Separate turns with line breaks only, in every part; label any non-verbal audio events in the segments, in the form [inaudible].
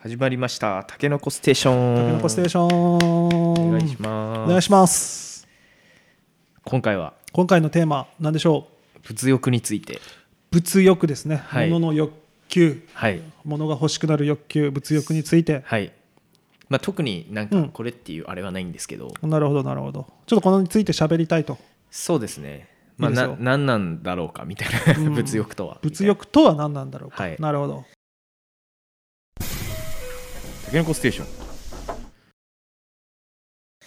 始まりました。タケノコステーション。
タケノコステーション
お
お
願いします。
お願いします
今回は
今回のテーマ何でしょう
物欲について。
物欲ですね、
はい
物の欲求
はい。
物が欲しくなる欲求物欲について、
はい。まあ、特になん
う
か
ん
これっていうあれはないんですけど、
なるほどなるほどちょっとこのについて喋りたいと
そうですね。まあ、
いいです
な
よ
何なんだろうかみたいな、
うん
物欲とは。
物欲とは何なんだろうか、
はい
なるほど
タケノコステーション。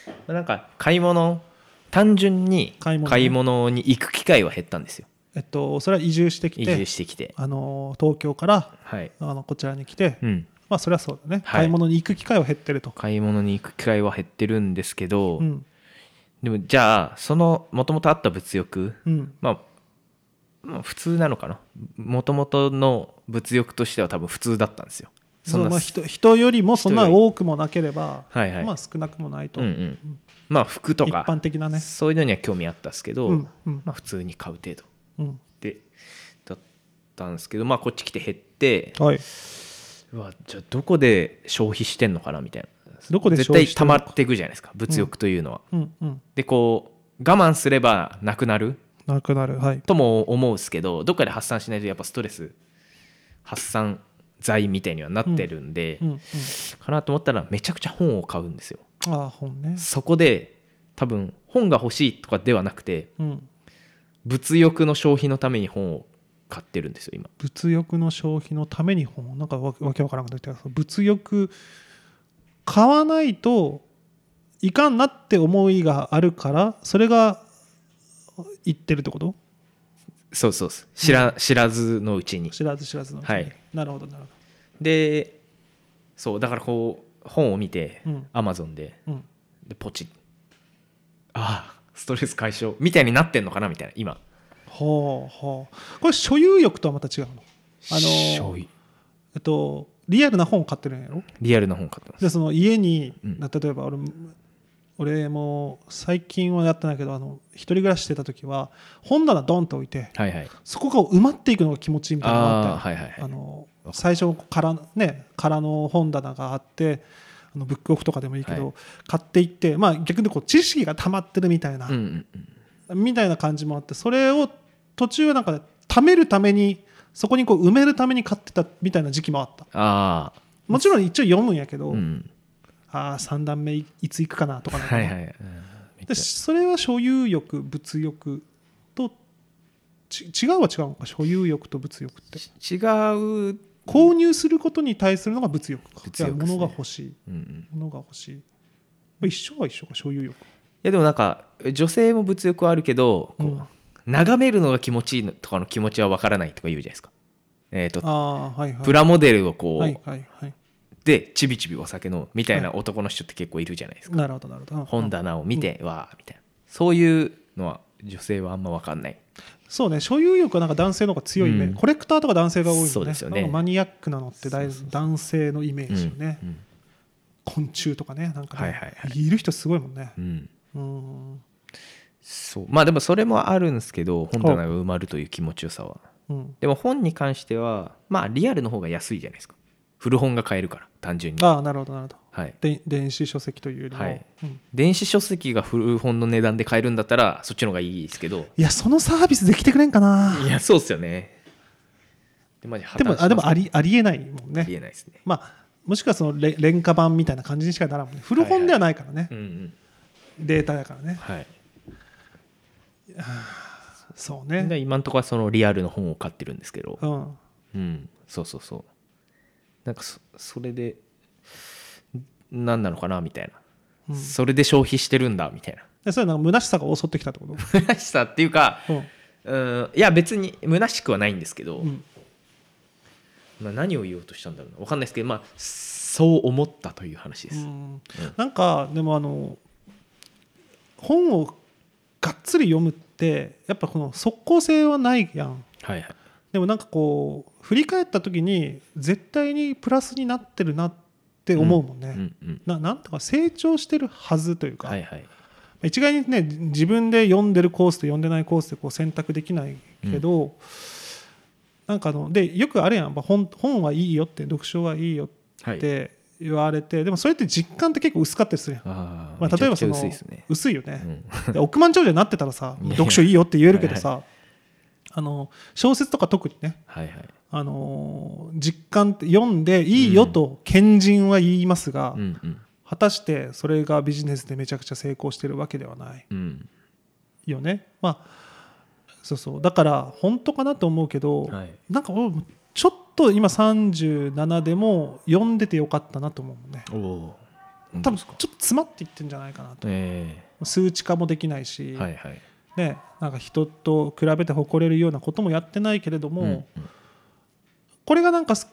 まあなんか買い物単純に
買い物ね
買い物に行く機会は減ったんですよ
えっとそれは移住してき
移住
て
してきて
あの東京から
はい、
あのこちらに来て、
うん、
まあそれはそうだね、
はい
買い物に行く機会は減ってると
買い物に行く機会は減ってるんですけど、
うん
でもじゃあそのもともとあった物欲、
うん
まあ、まあ普通なのかなもともとの物欲としては多分普通だったんですよ
そ
ん
う
な
まあ、人人よりもそんな多くもなければ、
はいはい、
まあ、少なくもないと、
うんうん、まあ服と
一
か
般的なね
そういうのには興味あったんですけど、
うんうん
まあ、普通に買う程度
うん
でだったんですけどまあこっち来て減って
はいう
わじゃあどこで消費してんのかなみたいな
どこで
絶
消費
対
して
溜
る
まっていくじゃないですか物欲というのは、
うんうん
でこう我慢すればなくなる
なくなるはい
とも思うんですけどどっかで発散しないとやっぱストレス発散剤みたいにはなってるんで、
うんうん
かなと思ったらめちゃくちゃ本を買うんですよ
ああ本ね
そこで多分本が欲しいとかではなくて
うん
物欲の消費のために本を買ってるんですよ今
物欲の消費のために本なんかわわけわからなくなってきた物欲買わないといかんなって思いがあるからそれが言ってるってこと
そうそうそう知ら,、知らずのうちに
知らず知らずのうちに
はい
なるほどなるほ
でそうだからこう本を見て
どうん
アマゾンで
うん
でポチッああストレス解消みたいになってんのかなみたいな今
ほうほうこれ所有欲とはまた違うのあのー
消費
えっとリアルな本を買ってるんやろ
リアルな本買ってます
でその家に、
うん
な例えば俺も俺も最近はやってないけどあの一人暮らししてた時は本棚ドンと置いて
はいはい。
そこが埋まっていくのが気持ちいいみたいなのがあった
ああー、
よ
はいはい
あ
はい。
の最初からね空の本棚があってあのブックオフとかでもいいけど、
は
買っていって、まあ、逆にこう知識が溜まってるみたいな、
うんうんうん。
みたいな感じもあってそれを途中なんかね貯めるためにそこにこう埋めるために買ってたみたいな時期もあった
ああ、
もちろん一応読むんやけど、
うん。
ああ3段目いいつ行くかなとかなんか
はいはい。うんめっち
で
ゃ
それは所有欲物欲とち違うは違うのか所有欲と物欲って
ち違う。
購入することに対するのが物欲か
物欲
いや
ですね
物が欲しい
うんうん。
物が欲しいまあ一緒は一緒か所有欲
いやでもなんか女性も物欲はあるけど、こう
うん
眺めるのが気持ちいいのとかの気持ちはわからないとか言うじゃないですか。えっ、と、
ああはいはい
プラモデルをこう、
はいはいはい
でちびちびお酒飲むみたいな男の人って結構いるじゃないですか。
なるほどなるほど
本棚を見て、わあみたいな。そういうのは女性はあんまわかんない。
そうね所有欲はなんか男性の方が強いイメージ、
うん
コレクターとか男性が多いのね
そうですよね
なんかマニアックなのって大男性のイメージよね、
うん
昆虫とかねなんかね、
はいはいはい
る人すごいもんね
うん。うん
うん
そうまあでもそれもあるんですけど本棚が埋まるという気持ちよさは
うん
でも本に関してはまあリアルの方が安いじゃないですか古本が買えるから単純に
ああなるほどなるほど
はい
で電子書籍というよりも、
はい
うん
電子書籍が古本の値段で買えるんだったらそっちの方がいいですけど
いやそのサービスできてくれんかない
やそうっすよねでマジ破綻
でもあでもあ
り
りありえないもん
あ
ね
りえないですね
まあもしくはそのれ廉価版みたいな感じにしかならんもんね古本ではないからね、
うんうん
データだからね
はい
そう
で
ね
今のところはそのリアルの本を買ってるんですけど
う
う
ん
んそうそうそうなんかそそれで何なのかなみたいな、
うん
それで消費してるんだみたいな
でそれなんか虚しさが襲ってきたってこと、
虚しさって [laughs] いうか
うん
うんいや別に虚しくはないんですけど、
うん
まあ、何を言おうとしたんだろうな分かんないですけど、まあ、そう思ったという話で
う
す、
んなんかでもあの本をがっつり読むってやっぱこの即効性はないやん
はいはい
でもなんかこう振り返った時に絶対にプラスになってるなって思うもんね、
うんうん
ななんとか成長してるはずというか、
はいはい
一概にね自分で読んでるコースと読んでないコースでこう選択できないけど、なんかあのでよくあれやんまあ本本はいいよって読書はいいよ
はい
って言われて、でもそれって実感って結構薄かったりするやん、
あ
まあ、例えばその
薄いですね、
薄いよ
[laughs]
ね、
うん
で億万長者になってたらさ
いやいや
読書いいよって言えるけどさあの小説とか特にね
はいはい
あのー実感って読んでいいよと賢人は言いますが、
うんうん
果たしてそれがビジネスでめちゃくちゃ成功してるわけではない
うん
よね。まあそうそうだから本当かなと思うけど、
はい
なんか俺もちょっと今37でも読んでてよかったなと思うもんね。
おお
多分ちょっと詰まっていってんじゃないかなと。
え
数値化もできないし、
えはいはい
ね、なんか人と比べて誇れるようなこともやってないけれども、
うん
これがなんかす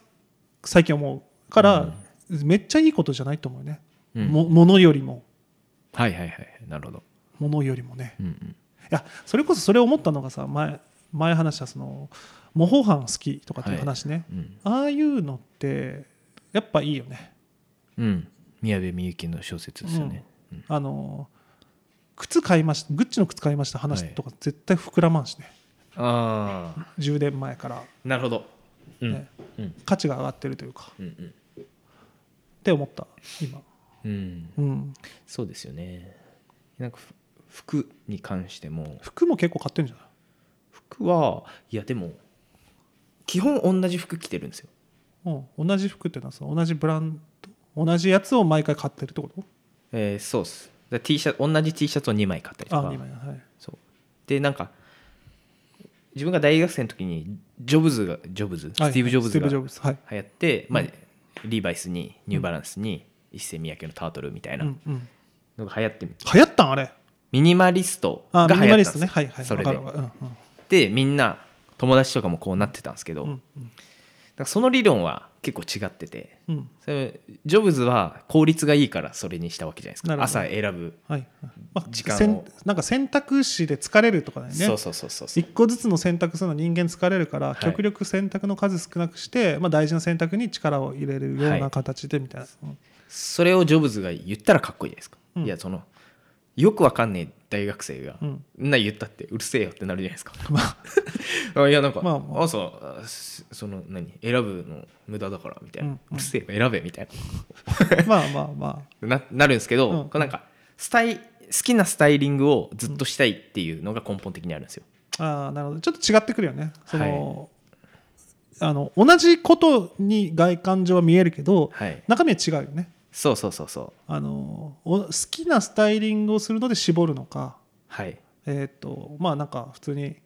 最近思うから、めっちゃいいことじゃないと思うね、
うん
もものよりも
はいはいはいなるほど
ものよりもね
うんうん
いやそれこそそれ思ったのがさ前前話したその模倣犯好きとかっていう話ね、
うん
ああいうのってやっぱいいよね
うん宮部みゆきの小説ですよねうん
あの靴買いましたグッチの靴買いました話とか絶対膨らまんしね、
ああ
10年前から、
なるほどうん
ね
うん
価値が上がってるというか
うんうん
って思った今
うん
うん
そうですよねなんかふ服に関しても
服も結構買ってるんじゃない
服はいやでも基本同じ服着てるんですよ
うん、同じ服っていうのはさ同じブランド同じやつを毎回買ってるってこと
えーそうっすだ T シャツ同じ T シャツを2枚買ったりと
あ
か
今やはい
そうでなんか自分が大学生の時にジョブズがジョブズステ
はい
ィーブ・ジョブズ
スティーブ・ジョ
が
ブズはい
流行って、まあ
うん、
リーバイスにニューバランスに一世三宅のタートルみたいな
うんうん、
のが流行って
流行ったんあれ
ミニマリストが
あ
流
ミ
行ったんで
ニマリ
す
スト
よ
ねはいはい
それ
わ
で
かるわかる
でみんな友達とかもこうなってたんですけど、
うんう
だ
んうん
からその理論は結構違ってて
うんうん
それジョブズは効率がいいからそれにしたわけじゃないですか
なるほど
朝選ぶ、
はいまあ
時間を
せんなんか選択肢で疲れるとかだよね
そうそうそうそうそう
一個ずつの選択するのは人間疲れるから、
い
極力選択の数少なくして、まあ、大事な選択に力を入れるよう
は
ない形でみたいな、うん
それをジョブズが言ったらかっこいいじゃないですか、
うん
いやそのよくわかんねえ大学生が、
うん
ん、な言ったってうるせえよってなるじゃないですか
[laughs] まあ
あ [laughs] いやなんか、
まあまあ
朝あすその何選ぶの無駄だからみたいな、
う
うん
うん
るせえよ選べみたい
まあまあま
なななるんですけど、
うん
こうなんかスタイ好きなスタイリングをずっとしたいっていうのが根本的にあるんですよ、
ああーなるほどちょっと違ってくるよねその、あの同じことに外観上は見えるけど
はい
中身は違うよね
そうそうそうそう
あのお好きなスタイリングをするので絞るのか
はい
えーっ、とまあなんか普通に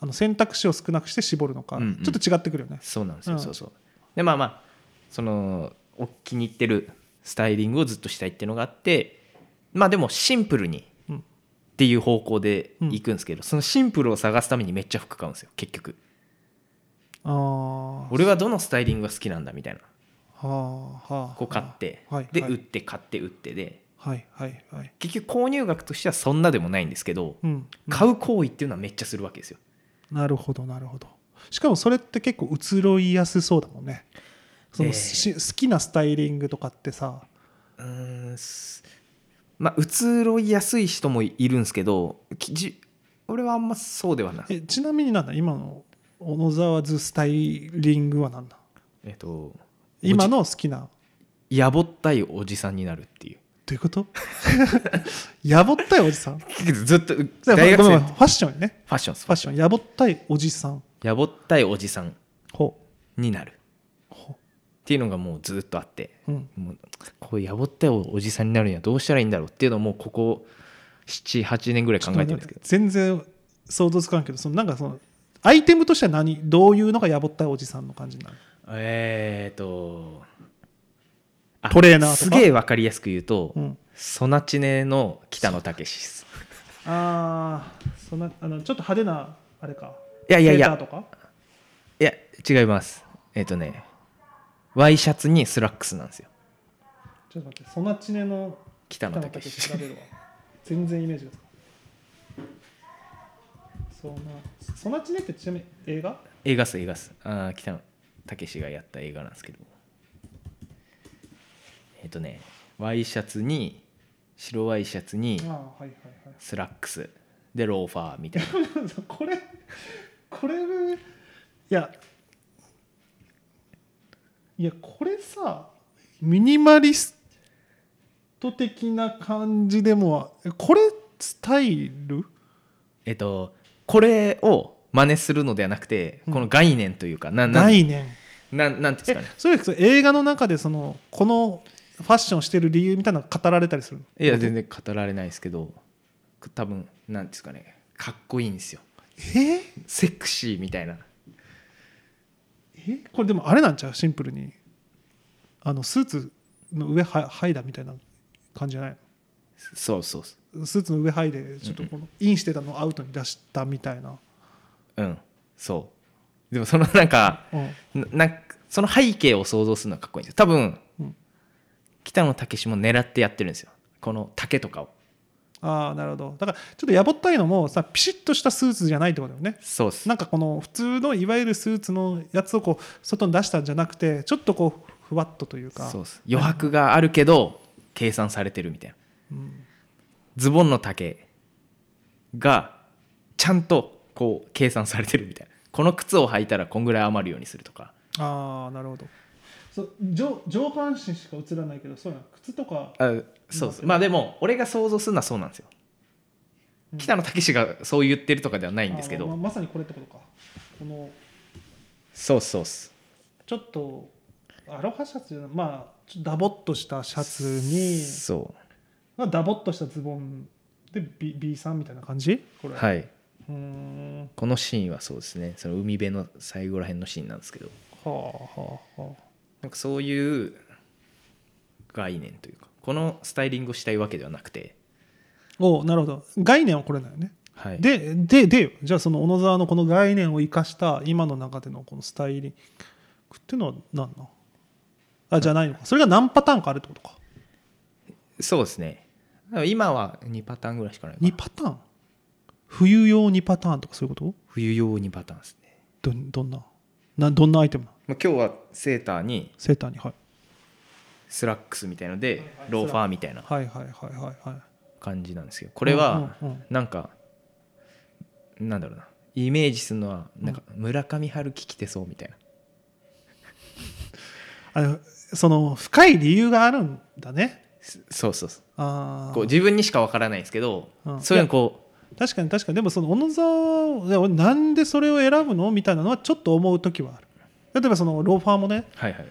あの選択肢を少なくして絞るのか、
うんうん
ちょっと違ってくるよね
そうなんですよ、
うん
そうそうでまあまあそのお気に入ってるスタイリングをずっとしたいっていうのがあってまあでもシンプルに
うん
っていう方向で行くんですけど、そのシンプルを探すためにめっちゃ服買うんですよ結局
あー
俺はどのスタイリングが好きなんだみたいな
はあはあはあ
こう買って、
はい
で
はい
売って買って売ってで
はいはいはい
結局購入額としてはそんなでもないんですけど、
うんうん
買う行為っていうのはめっちゃするわけですよ
なるほどなるほどしかもそれって結構移ろいやすそうだもんねその、
ええ
し好きなスタイリングとかってさ
うーんすまあ移ろいやすい人もいるんですけどきじ俺はあんまそうではない
えちなみになんだ今の小野沢図スタイリングは何だ
えっと
今の好きな
やぼったいおじさんになるっていう
どういうこと [laughs] やぼったいおじさん
[laughs] ずっと
じゃあ
大学
ご
生
めん
フ
ごめんファッションね
ァッションです
ファッションやぼったいおじさん
やぼったいおじさん
ほ
になるっていうのがもうずっとあって
う、うん、
もうこうやぼったいおじさんになるにはどうしたらいいんだろうっていうのをもうここ78年ぐらい考えてるんですけど
全然想像つかんけどそのなんかそのアイテムとしては何どういうのがやぼったいおじさんの感じになる
えーっとあ
トレーナーとか
すげえわかりやすく言うと、
うん
ソナチネの北野武史です
ああそんなあのちょっと派手なあれか
いやいやい
セー
や
ターとか
いや違いますえーっ、とねワイシャツにスラックスなんですよ
ちょっと待ってソナチネの
北野武
武
史
調べるわ全然イメージがつかないソナソナチネってちなみに映画
映画っす映画っすああ北野武がやった映画なんですけどえっ、とねワイシャツに白ワイシャツに
ああはいはいはい [laughs]
スラックスでローファーみたいな
これこれいやいやこれさミニマリスト的な感じでもこれスタイル
えっとこれを真似するのではなくて、
うん
この概念というかなな
概念
なんなんていうんですかね
えそれそれ映画の中でそのこのファッションしてる理由みたいなのが語られたりするの
いや全然語られないですけど多分なんですかねかっこいいんですよ
え
セクシーみたいな
えこれでもあれなんちゃうシンプルにあのスーツの上ははいだみたいな感じじゃない
そうそうそ
のスーツの上はいでちょっとこのインしてたのをアウトに出したみたいな、
ううんそうでもそのなんか
うん
ななんかその背景を想像するのはかっこいいんですよ多分、
うん
北野武も狙ってやってるんですよこの竹とかを
ああなるほどだからちょっとやぼったいのもさピシッとしたスーツじゃないってことだよね
そうっす
なんかこの普通のいわゆるスーツのやつをこう外に出したんじゃなくてちょっとこうふわっとというか
そうっす余白があるけど計算されてるみたいな
うん
ズボンの丈がちゃんとこう計算されてるみたいなこの靴を履いたらこんぐらい余るようにするとか
ああなるほどそう上上半身しか映らないけどそうなの靴とか
あそうですまあでも俺が想像するのはそうなんですよ、
うん
北野武がそう言ってるとかではないんですけど、
あーままさにこれってことかこの
そうそうっす
ちょっとアロハシャツじゃないまあちょっとダボっとしたシャツに、
そ
まあ、ダボっとしたズボンで B, B さんみたいな感じこ
う
れ
は
う
い
ーんは
このシーンはそうですねその海辺の最後ら辺のシーンなんですけど
あはあはあ
なんかそういう概念というかこのスタイリングをしたいわけではなくて
おなるほど概念はこれだよね
はい
でででよじゃあその小野沢のこの概念を生かした今の中でのこのスタイリングっていうのは何なのあじゃないのかそれが何パターンかあるってことか
そうですね今は2パターンぐらいしかないかな
2パターン冬用2パターンとかそういうこと
冬用2パターンですね、
どどんななどんなアイテムなの
まあ、今日はセーターに
セーターにはい
スラックスみたいのでローファーみたいな
はいはいはいはいはい
感じなんですけどこれは
うんうんうん
なんかなんだろうなイメージするのはなんか村上春樹着てそうみたいな
あのその深い理由があるんだね
すそうそうそう
あ
こう
あ
自分にしかわからないんですけど
うん
そういうのこ
確かに確かにでもその小野沢いや俺なんでそれを選ぶのみたいなのはちょっと思う時はある例えばそのローファーもね
うはいはい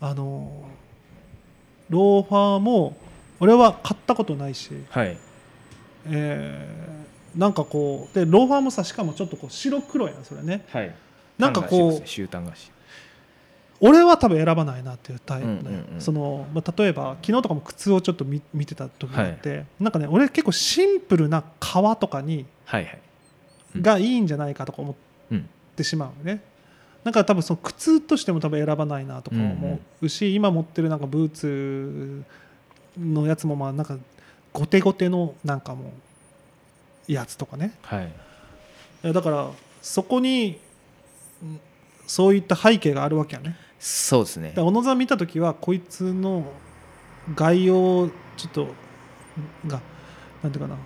あのローファーも俺は買ったことないし、
はい
えーなんかこうでローファーもさしかもちょっとこう白黒やなそれね
はい
なんかこう
集団菓子
俺は多分選ばないなっていうタイプね、
うんうんうん
そのまあ、例えば昨日とかも靴をちょっと見見てた時があって、なんかね俺結構シンプルな革とかに
はいはいうん
がいいんじゃないかとか思
うん
ってしまうよね、だから多分その靴としても多分選ばないなとか思うし、今持ってるなんかブーツのやつもまあなんかゴテゴテのなんかもうやつとかね
はい
いやだからそこにんそういった背景があるわけやね
そうですね
だから小野沢見た時はこいつの概要をちょっとがなんていうかな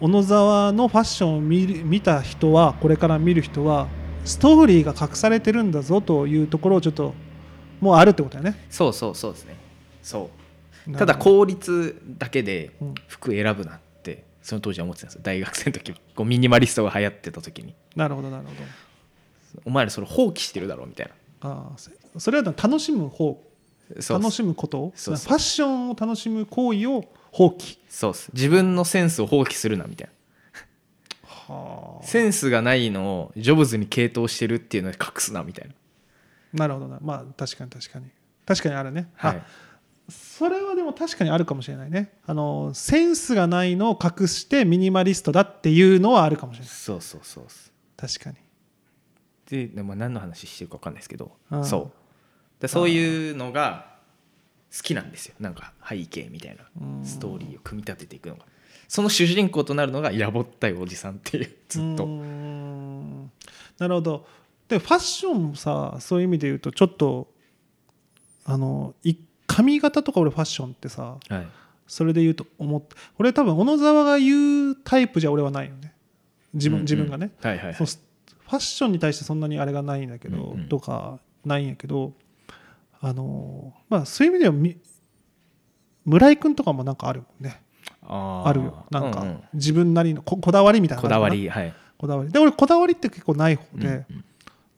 小野沢のファッションを見る見た人はこれから見る人はストーリーが隠されてるんだぞというところをちょっともうあるってことだよね
そうそうそうですねそうた
な
だ
るほど
効率だけで
うん
服選ぶなってその当時は思ってたんですよ大学生の時こうミニマリストが流行ってた時に
なるほどなるほ
お前らそれ放棄してるだろみたい
どああせそれは楽しむ方
なそうっす
楽しむことを
そうそう
ファッションを楽しむ行為を放棄
そうっす自分のセンスを放棄するなみたい
は
なセンスがないのをジョブズに傾倒してるっていうので隠すなみたいな
なるほどなまあ確かに確かに確かにあるね、
は
あ
い
それはでも確かにあるかもしれないねあのセンスがないのを隠してミニマリストだっていうのはあるかもしれない
そうそうそうっす
確かに
で、でも何の話してるか分かんないですけど
うん
そうでそういうのが好きなんですよなんか背景みたい
うん
なストーリーを組み立てていくのがその主人公となるのがやぼったいおじさんっていうずっ
うー
と
んなるほどでファッションもさそういう意味で言うとちょっとあのい髪型とか俺ファッションってさ
はい
それで言うと思って俺多分小野沢が言うタイプじゃ俺はないよね自
うんうん
分自分がね、
はいはいはい
そうファッションに対してそんなにあれがないんだけど、
うんうん
とかないんやけどあのまあそういう意味ではみ村井君とかもなんかあるもんね
あー
あるよなんか、
う
自分なりのここだわりみたいな
こ
のか
だ
な
わりはい、
こだわりで俺こだわりって結構ない方で、
うんうん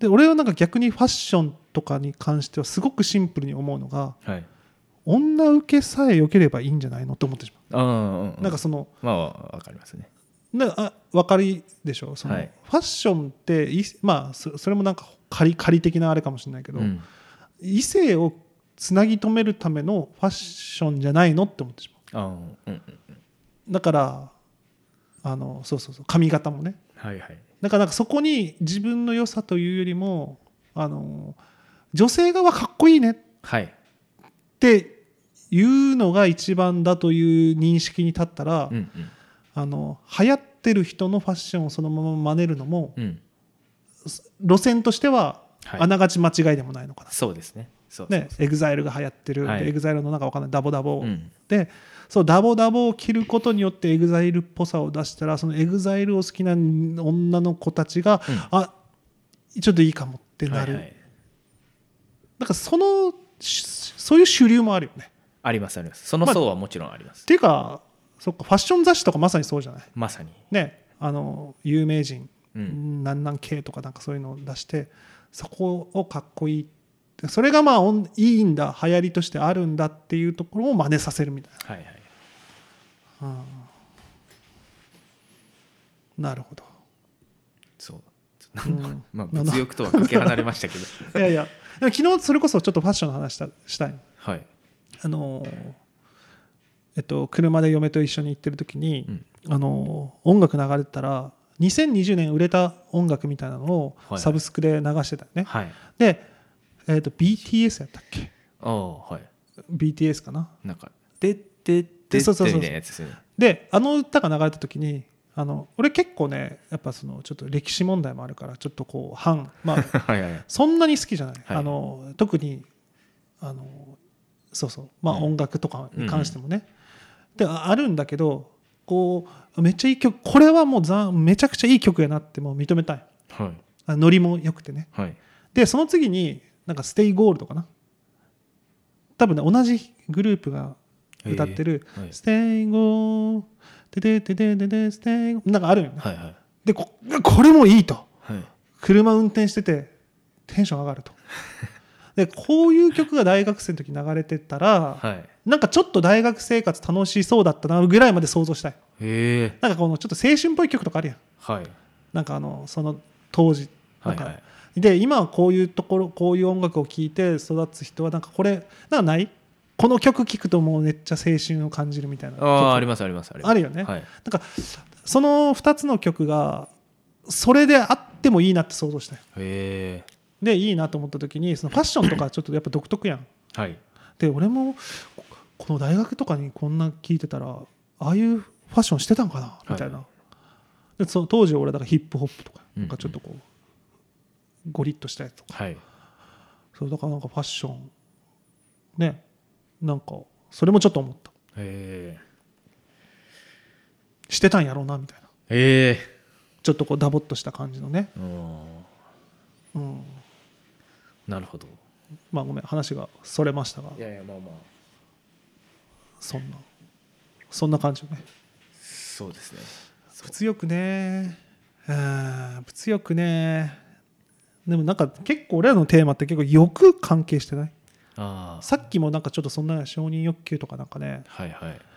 で俺はなんか逆にファッションとかに関してはすごくシンプルに思うのが
はい
女受けさえ良ければいいんじゃないのって思ってしま
うんうん
う、
うん
なんかその
まあわかりますね
なあ分かりでしょその、
はい
ファッションっていまあそそれもなんか仮仮的なあれかもしれないけど、
うん
異性をつなぎ止めるためのファッションじゃないのって思ってしま
あーうんうん
うだからあのそうそうそう髪型もね
はいはい
だからなんかそこに自分の良さというよりもあの女性側かっこいいね
はい
っていうのが一番だという認識に立ったら、
うん
あの流行ってる人のファッションをそのまま真似るのも
うんうん
路線としては
はい
あながち間違いでもないのかな、
そうですねそうそう
ね、エグザイルが流行ってる、
はい
エグザイルのなんかわかんないダボダボ、
うん
でそうダボダボを着ることによってエグザイルっぽさを出したらそのエグザイルを好きな女の子たちが、
うん
あちょっといいかもってなる、
はいはい
なんかそのしそういう主流もあるよね
ありますありますその層はもちろんあります、
っていうかそっかファッション雑誌とかまさにそうじゃない
まさに
ねあの有名人、
うん
なんなん系とかなんかそういうのを出してそこをかっこいいってそれがまあおんいいんだ流行りとしてあるんだっていうところを真似させるみたい
はいはい
な、うんなるほど
そうなんか、
うん
まあ物欲とはかけ離れましたけ
[laughs]
ど
いやいやでも昨日それこそちょっとファッションの話したしたい
はい
あのーえっと車で嫁と一緒に行ってる時に、あのー音楽流れてたら2020年売れた音楽みたいなのを
はい
サブスクで流してたよね、
はい
で、えっと BTS やったっけ
ああはい
BTS かな
なんか「ででで」み
そうそう
た
そう
いなやつですよね
であの歌が流れた時にあの俺結構ねやっぱそのちょっと歴史問題もあるからちょっとこう反まあ
はいはい
そんなに好きじゃない、
はい
あの特にあのそうそうまあ
うん
音楽とかに関してもね、でああるんだけどこうめっちゃいい曲これはもうざめちゃくちゃいい曲やなってもう認めたい
はい
あノリも良くてね
はい
でその次になんか「ステイゴールドかな多分ね同じグループが歌ってる
ええは
「
い
ステイゴールドでででででステイゴールドなんかあるよね、
はいはい
でここれもいいと
はい
車運転しててテンション上が
[laughs]
るとでこういう曲が大学生の時流れてたら、
はい
なんかちょっと大学生活楽しそうだったなぐらいまで想像したい
へえ
なんかこのちょっと青春っぽい曲とかあるやん
はい
なんかあのその当時
は
なん
い
か、
はい
で今はこういうところこういう音楽を聴いて育つ人はなんかこれなんかないこの曲聴くともうめっちゃ青春を感じるみたいな
ああありますありますあります
あるよね
はい
なんかその2つの曲がそれであってもいいなって想像したよ
へえ
でいいなと思った時にそのファッションとかちょっとやっぱ独特やん
はい
で俺もここの大学とかにこんな聞いてたらああいうファッションしてたんかなみたいな、
は
でその当時俺はだからヒップホップとか
うん
なんかちょっとこう、ゴリッとしたやつとか
はい
そうだからなんかファッションねなんかそれもちょっと思った
へ
してたんやろうなみたいな
えへえ
ちょっとこうダボっとした感じのね、
うん
うん、
なるほど
まあごめん話がそれましたが
いやいやまあまあ
そんなそんな感じよね
そうですねそう
物欲ねうん物欲ねでもなんか結構俺らのテーマって結構欲関係してない
ああ
さっきもなんかちょっとそんな承認欲求とかなんかね
はいはい [laughs]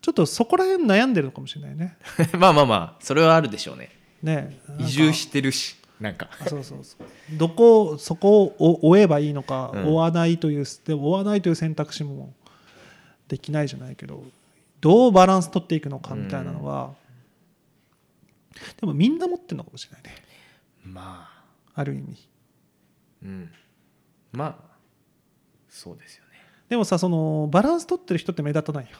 ちょっとそこら辺悩んでるのかもしれないね
まあまあまあそれはあるでしょうね
ねなんか
移住してるしなんか
そうそうそうどこそこを追えばいいのか、
うん
追わないというでも追わないという選択肢もできないじゃないけどどうバランス取っていくのかみたいなのは、でもみんな持ってるのかもしれないね
まあ
ある意味
うんまあそうですよね
でもさそのバランス取ってる人って目立たないよ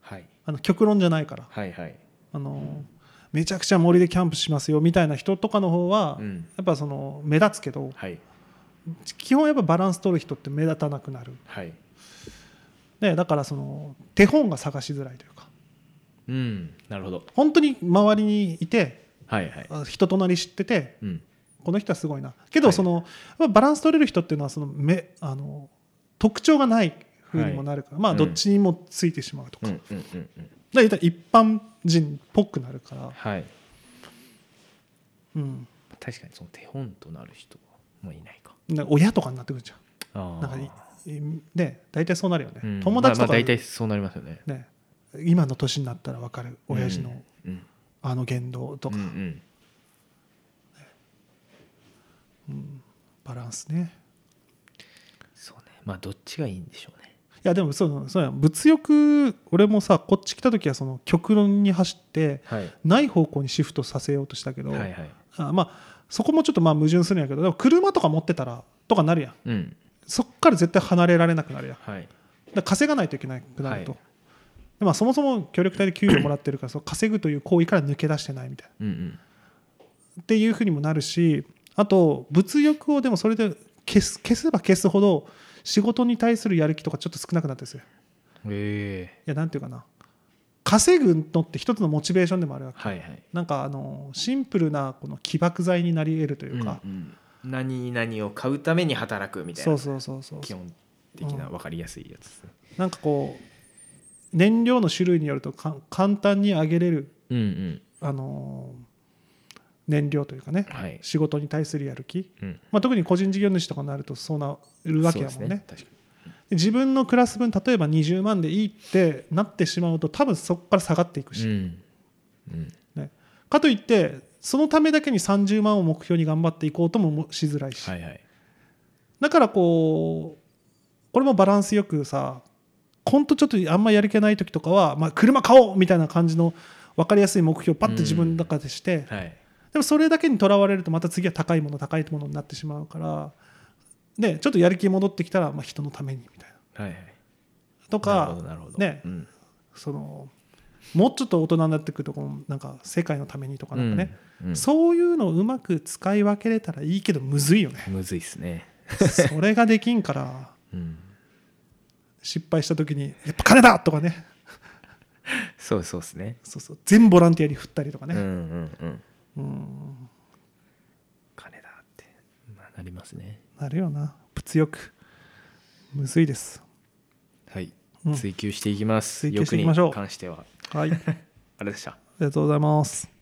はい
あの極論じゃないから
はいはい
あのめちゃくちゃ森でキャンプしますよみたいな人とかの方は、
うん
やっぱその目立つけど
はい
基本やっぱバランス取る人って目立たなくなる
はい
ね、だからその手本が探しづらいというか
うんなるほど
本当に周りにいて
はいはい
あ人となり知ってて
うん
この人はすごいなけど
はい
その、やっぱバランス取れる人っていうのはその目あの特徴がない風にもなるから、まあ
うん
どっちにもついてしまうとか,、
う
だか
んうんうんうん
ら言ったら一般人っぽくなるから、
はい
うん、
確かにその手本となる人はもういないか
なんか親とかになってくるじゃん
あー
なんかいね大体そうなるよね、
うん
友達とか、
まあまあ大体そうなりますよね
ね、今の年になったら分かる親父の
うんうん
あの言動とか、
うんうん
バランスね
そうねまあどっちがいいんでしょうね
いやでもそうそうや物欲俺もさこっち来た時はその極論に走って
はい
ない方向にシフトさせようとしたけど、
はいはい
あまあそこもちょっとまあ矛盾するんやけどでも車とか持ってたらとかなるやん
うん
そっから絶対離れられなくなるやんだか
はい
ら稼がないといけなくなると、
はい
でまあ、そもそも協力隊で給料もらってるからその稼ぐという行為から抜け出してないみたいな
うんうん
っていうふうにもなるしあと物欲をでもそれで消す消せば消すほど仕事に対するやる気とかちょっと少なくなってるんですよ
ええ
いやなんていうかな稼ぐのって一つのモチベーションでもあるわけ
はいはい
なんかあのシンプルなこの起爆剤になり得るというか、
うんうん何々を買うために働くみたい
そう
な
そうそうそう
基本的な
うん
分かりやすいやつですね
なんかこう燃料の種類によるとか簡単に上げれる、
うんうん
あのー燃料というかね、
はい
仕事に対するやる気、
うん
まあ、特に個人事業主とかになるとそうなるわけやもん
そう
ね
です確か
で自分のクラス分例えば20万でいいってなってしまうと多分そこから下がっていく
にう
し、
んうん
ね、かといってそのためだけに30万を目標に頑張っていこうともしづらいし、
はいはい
だからこうこれもバランスよくさ本当ちょっとあんまやる気ない時とかは、まあ、車買おうみたいな感じの分かりやすい目標をパッと自分の中でして、で
はい
もそれだけにとらわれるとまた次は高いもの高いものになってしまうからでちょっとやる気戻ってきたら、まあ、人のためにみたいな
はいはい
と
なるほど
か
なるほど
ね
うん
そのもうちょっと大人になってくるとこうなんか世界のためにとかなんかね、
うんうん
そういうのをうまく使い分けれたらいいけどむずいよ
[laughs]
ね
むずいっすね
それができんから
うん
失敗した時にやっぱ金だとかね
そうそうっすね
そうそう全ボランティアに振ったりとか
うんう
ね、
んうん
うん、
金だってまあなりますね
なるよな物欲むずいです
はい
うん
追求していきます
追求していき
欲
ましょう
に関しては
はいあり
あれでした
がとうございます